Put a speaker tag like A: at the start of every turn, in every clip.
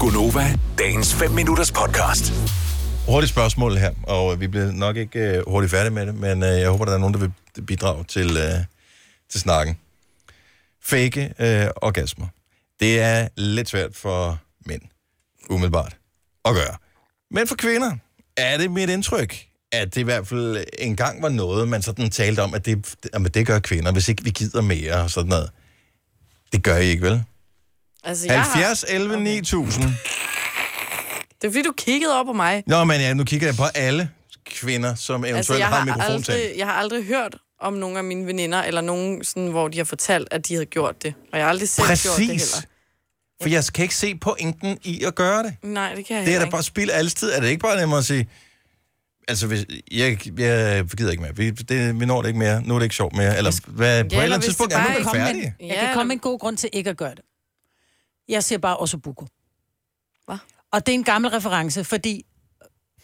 A: Gunova, dagens 5 minutters podcast.
B: Hurtigt spørgsmål her, og øh, vi bliver nok ikke øh, hurtigt færdige med det, men øh, jeg håber, der er nogen, der vil bidrage til, øh, til snakken. Fake øh, orgasmer. Det er lidt svært for mænd, umiddelbart, at gøre. Men for kvinder er det mit indtryk, at det i hvert fald engang var noget, man sådan talte om, at det, jamen, det gør kvinder, hvis ikke vi gider mere og sådan noget. Det gør I ikke, vel?
C: Altså, jeg
B: 70,
C: Har...
B: 11, 9000.
C: Det er fordi, du kiggede op på mig.
B: Nå, men ja, nu kigger jeg på alle kvinder, som eventuelt
C: Altså, jeg
B: har,
C: har,
B: mikrofon
C: aldrig, jeg har aldrig hørt om nogle af mine veninder, eller nogen, sådan, hvor de har fortalt, at de havde gjort det. Og jeg har aldrig selv gjort det
B: Præcis.
C: heller.
B: For jeg kan ikke se pointen i at gøre det.
C: Nej, det kan jeg
B: Det er
C: heller
B: da bare spild af alles tid. Er det ikke bare nemmere at sige, altså, hvis, jeg, jeg gider ikke mere. Vi, det, vi når det ikke mere. Nu er det ikke sjovt mere. Eller hvad, på et eller
C: eller
B: andet
C: hvis
B: tidspunkt
C: det
B: er
C: bare
B: man da
C: ikke
D: komme med,
B: færdig.
D: en-
C: færdige.
D: jeg
C: Ja,
D: kan komme
C: eller-
D: med en god grund til ikke at gøre det. Jeg siger bare Osobuko.
C: Hva?
D: Og det er en gammel reference, fordi...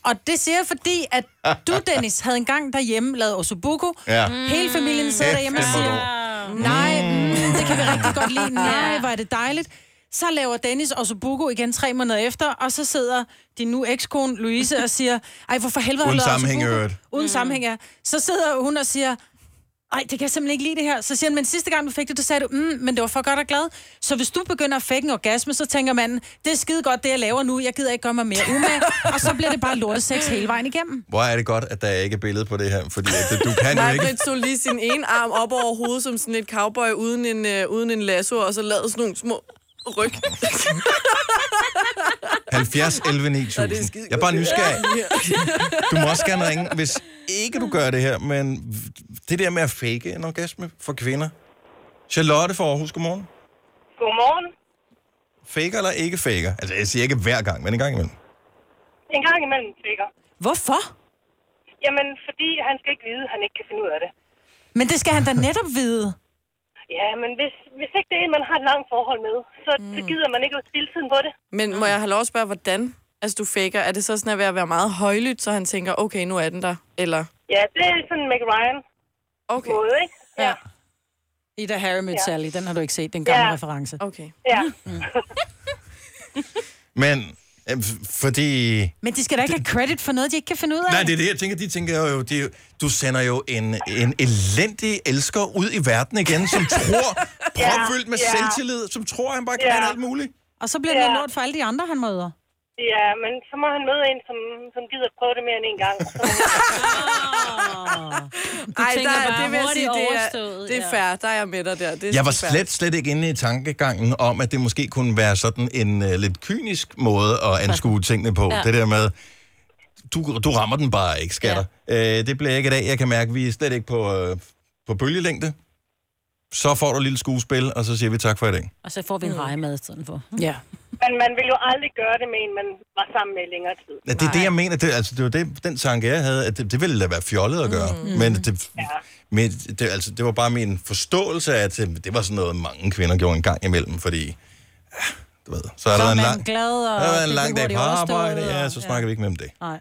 D: Og det siger jeg, fordi at du, Dennis, havde engang derhjemme lavet Osobuko.
B: Ja. Mm.
D: Hele familien sad
B: Kæft,
D: derhjemme og
B: det må
D: siger,
B: du.
D: nej, mm, det kan vi rigtig godt lide. Nej, hvor er det dejligt. Så laver Dennis Osobuko igen tre måneder efter, og så sidder din nu ekskone Louise og siger, ej, hvorfor helvede har du
B: Uden
D: lavet
B: sammenhæng i
D: Ossobuco?"
B: øvrigt.
D: Uden sammenhæng, ja. Så sidder hun og siger, ej, det kan jeg simpelthen ikke lide det her. Så siger han, men sidste gang du fik det, der sagde du, mm, men det var for godt og glad. Så hvis du begynder at fække en orgasme, så tænker manden, det er skide godt, det jeg laver nu, jeg gider ikke gøre mig mere umage. og så bliver det bare lortesex hele vejen igennem.
B: Hvor er det godt, at der ikke er billede på det her, fordi at, du kan jo
C: Nej,
B: ikke...
C: Britt tog lige sin ene arm op over hovedet som sådan et cowboy uden en, øh, uden en lasso, og så lavede sådan nogle små ryg.
B: 70, 11,
C: Nå, det er
B: 9000.
C: skide
B: Jeg er bare nysgerrig. Du må også gerne ringe, hvis ikke du gør det her, men det der med at fake en orgasme for kvinder. Charlotte fra Aarhus, godmorgen.
E: Godmorgen.
B: Faker eller ikke faker? Altså, jeg siger ikke hver gang, men en gang imellem.
E: En gang imellem flikker.
D: Hvorfor?
E: Jamen, fordi han skal ikke vide, at han ikke kan finde ud af det.
D: Men det skal han da netop vide.
E: Ja, men hvis, hvis ikke det er en, man har et langt forhold med, så, mm. så gider man ikke at spille tiden på det.
C: Men må jeg have lov at spørge, hvordan altså, du faker? Er det så sådan at være, at være meget højlydt, så han tænker, okay, nu er den der? Eller,
E: Ja, det er sådan en Mac Ryan
C: okay,
E: måde, ikke?
C: ja,
D: Ida Harry mødte Sally, den har du ikke set, den gamle
E: Ja.
D: reference.
C: okay.
E: Ja.
B: Men øh, f- fordi...
D: Men de skal da ikke have credit for noget, de ikke kan finde ud af.
B: Nej, det er det, jeg tænker. De tænker jo, de, er jo- du sender jo en, en elendig elsker ud i verden igen, som tror, propfyldt med
E: Ja, ja.
B: selvtillid, som tror, han bare kan
E: Ja.
B: yeah. alt muligt.
D: Og så bliver det noget
E: Ja.
D: lort for alle de andre, han møder.
E: Ja, men så må han møde en, som, som gider at prøve det mere end en gang. Så,
C: Ej,
F: tænker bare,
C: det vil jeg
F: hurtigt
C: sige, det er,
F: overstået,
C: det er
F: ja.
C: fair. Der er jeg med dig der. Det er
B: Jeg var
C: fair.
B: slet, slet ikke inde i tankegangen om, at det måske kunne være sådan en uh, lidt kynisk måde at anskue tingene på. Ja. Det der med, du, du rammer den bare ikke, skatter. Ja. Uh, det bliver ikke i dag. Jeg kan mærke, at vi er slet ikke på, uh, på bølgelængde. Så får du et lille skuespil, og så siger vi tak for i dag.
F: Og så får
D: Mm.
F: vi en rejemad i stedet for.
D: Ja.
E: men man vil jo aldrig gøre det med en, man var sammen med i længere tid.
B: Ja, det er det, jeg mener. Det, altså, det var det, den tanke, jeg havde, at det, det ville da være fjollet at gøre. Mm. Men, det, men det, altså, det var bare min forståelse af, at øh, det var sådan noget, mange kvinder gjorde en gang imellem, fordi, ja, du ved, så er
D: Så
B: der
D: er
B: en
D: man
B: lang,
D: glad, og
B: der har været
D: det
B: en lang
D: bliver
B: dag på
D: hurtigt overstået,
B: arbejde, ja,
D: og-
B: så snakker ja. vi ikke mere om det.
D: Nej.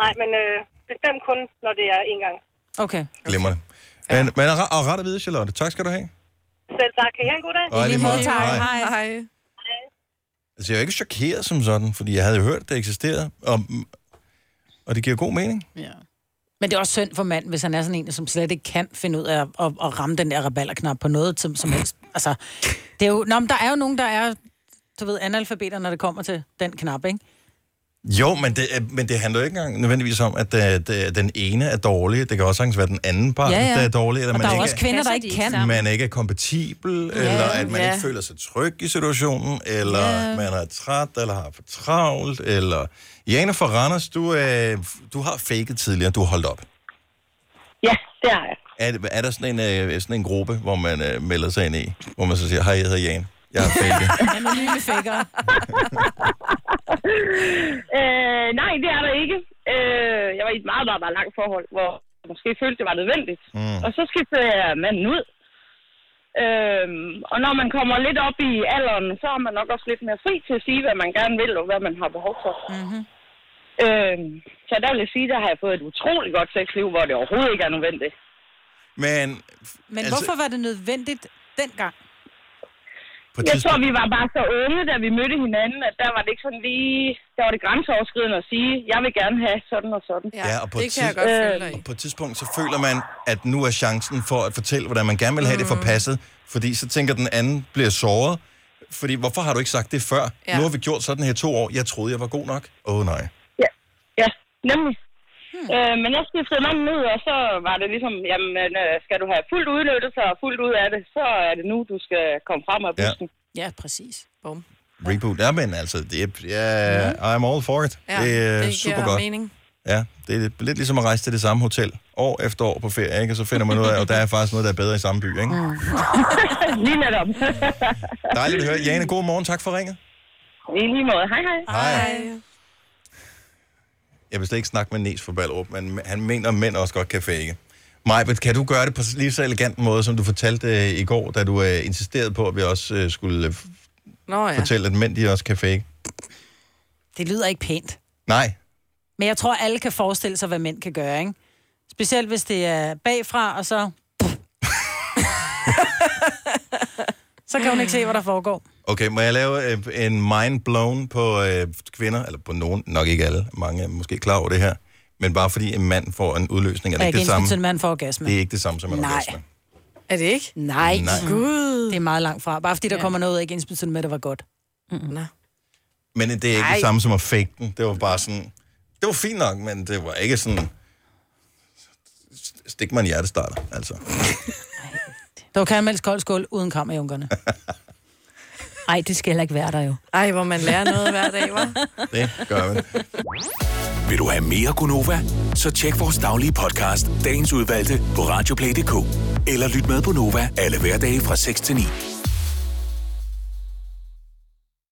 E: Nej, men øh, bestemt kun, når det er en gang.
D: Okay.
B: Glemmer det. Men, men og, og ret at vide, Charlotte. Tak skal du have.
E: Selv tak. Kan I have en god dag?
B: Og
D: lige
B: alligevel.
D: måde, tak.
B: Hej.
C: Hej. Hej.
B: Altså, jeg er jo ikke chokeret som sådan, fordi jeg havde jo hørt, at det eksisterede, og, og det giver god mening.
D: Ja. Men det er også synd for manden, hvis han er sådan en, som slet ikke kan finde ud af at, at, at ramme den der raballerknap på noget som, som helst. Altså, det er jo, nå, men der er jo nogen, der er, du ved, analfabeter, når det kommer til den knap, ikke?
B: Jo, men det, er- men det handler jo ikke engang nødvendigvis om, at øh, det- den ene er dårlig. Det kan også sagtens være den anden part, ja, ja. der er dårlig, eller
D: Og der er
B: man
D: jo
B: ikke,
D: også kvinder,
F: Passer
D: der
F: de
D: ikke
F: ikke
D: kan.
F: sammen?
B: man ikke er kompatibel, ja, eller at man ja.
C: ja.
B: ikke føler sig tryg i situationen, eller ja. man er træt, eller har for travlt, eller... Jane fra Randers, du, øh, du har faket tidligere, du har holdt op.
E: Ja, det er jeg.
B: Er, er der sådan en, øh, sådan en gruppe, hvor man øh, melder sig ind i, hvor man så siger, hej, jeg hedder Jane, jeg har faket?
D: Anonyme fækker.
E: Øh, nej, det er der ikke. Øh, jeg var i et meget, meget, meget langt forhold, hvor jeg måske følte, det var nødvendigt. Mm. Og så skiftede jeg manden ud. Øh, og når man kommer lidt op i alderen, så er man nok også lidt mere fri til at sige, hvad man gerne vil og hvad man har behov for.
D: Mhm.
E: Øh, så der vil jeg sige, der har jeg fået et utroligt godt sexliv, hvor det overhovedet ikke er nødvendigt.
B: Men, altså,
D: Men hvorfor var det nødvendigt dengang?
B: på et
E: Jeg tror,
B: tidspunkt...
E: vi var bare så unge, da vi mødte hinanden, at der var det ikke sådan lige... Der var det grænseoverskridende at sige, jeg vil gerne have sådan og sådan.
B: Ja, og på
C: det
B: et
C: kan jeg
B: tids-
C: godt følge dig i.
B: Og på et tidspunkt, så føler man, at nu er chancen for at fortælle, hvordan man gerne vil have mm. det forpasset, fordi så tænker den anden, bliver såret, fordi hvorfor har du ikke sagt det før? Ja.
C: Ja.
B: Nu har vi gjort sådan her to år, jeg troede, jeg var god nok. Åh oh, nej.
E: Ja, ja nemlig. Hmm. Øh, men jeg skiftede manden ud, og så var det ligesom, jamen, øh, skal du have fuldt udnyttelse og fuldt ud af det, så er det nu, du skal komme frem af bussen.
D: Ja, præcis.
C: Bum.
B: Reboot. Ja, men altså, det er, yeah, I'm all for it.
C: Ja,
B: det er
C: det
B: super
C: giver
B: godt.
C: mening.
B: Ja, det er lidt ligesom at rejse til det samme hotel år efter år på ferie, ikke? og så finder man ud af, at der er faktisk noget, der er bedre i samme by. Ikke?
E: Ja. Lige netop.
B: Dejligt at høre. Jane, god morgen. Tak for ringet.
E: I lige måde. Hej, hej.
C: Hej.
B: Jeg vil slet ikke snakke med Nes for Ballerup, men han mener, at mænd også godt kan fake. Majbet, kan du gøre det på lige så elegant en måde, som du fortalte øh, i går, da du øh, insisterede på, at vi også øh, skulle øh,
C: Nå ja.
B: fortælle, at mænd de også kan fake?
D: Det lyder ikke pænt.
B: Nej,
D: Men jeg tror, alle kan forestille sig, hvad mænd kan gøre, ikke? Specielt hvis det er bagfra, og så... så kan hun ikke se, hvad der foregår.
B: Okay, må jeg lave øh, en mind blown på øh, kvinder, eller på nogen, nok ikke alle, mange er måske klar over det her, men bare fordi en mand får en udløsning, er
D: Er
B: det ikke
D: ikke
B: det
D: ens
B: samme?
D: betydende, at man får orgasme.
B: Det er ikke det samme som en
D: Nej.
B: orgasme.
C: Er det ikke?
F: Nej.
B: Nej.
C: Gud.
D: Det er meget langt fra. Bare fordi der kommer noget, er ikke ens betydende med, at det var godt.
C: Nå.
B: Men det er ikke Nej. det samme som at fake den. Det var bare sådan, det var fint nok, men det var ikke sådan, stik mig en hjertestarter, altså.
D: Der var karamelsk kold skål uden kammerjunkerne.
F: Nej, det skal heller ikke være der jo.
C: Ej, hvor man lærer noget hver dag, var.
B: Det gør man.
A: Vil du have mere Gunova? Så tjek vores daglige podcast, dagens udvalgte, på radioplay.dk. Eller lyt med på Nova alle hverdage fra 6 til 9.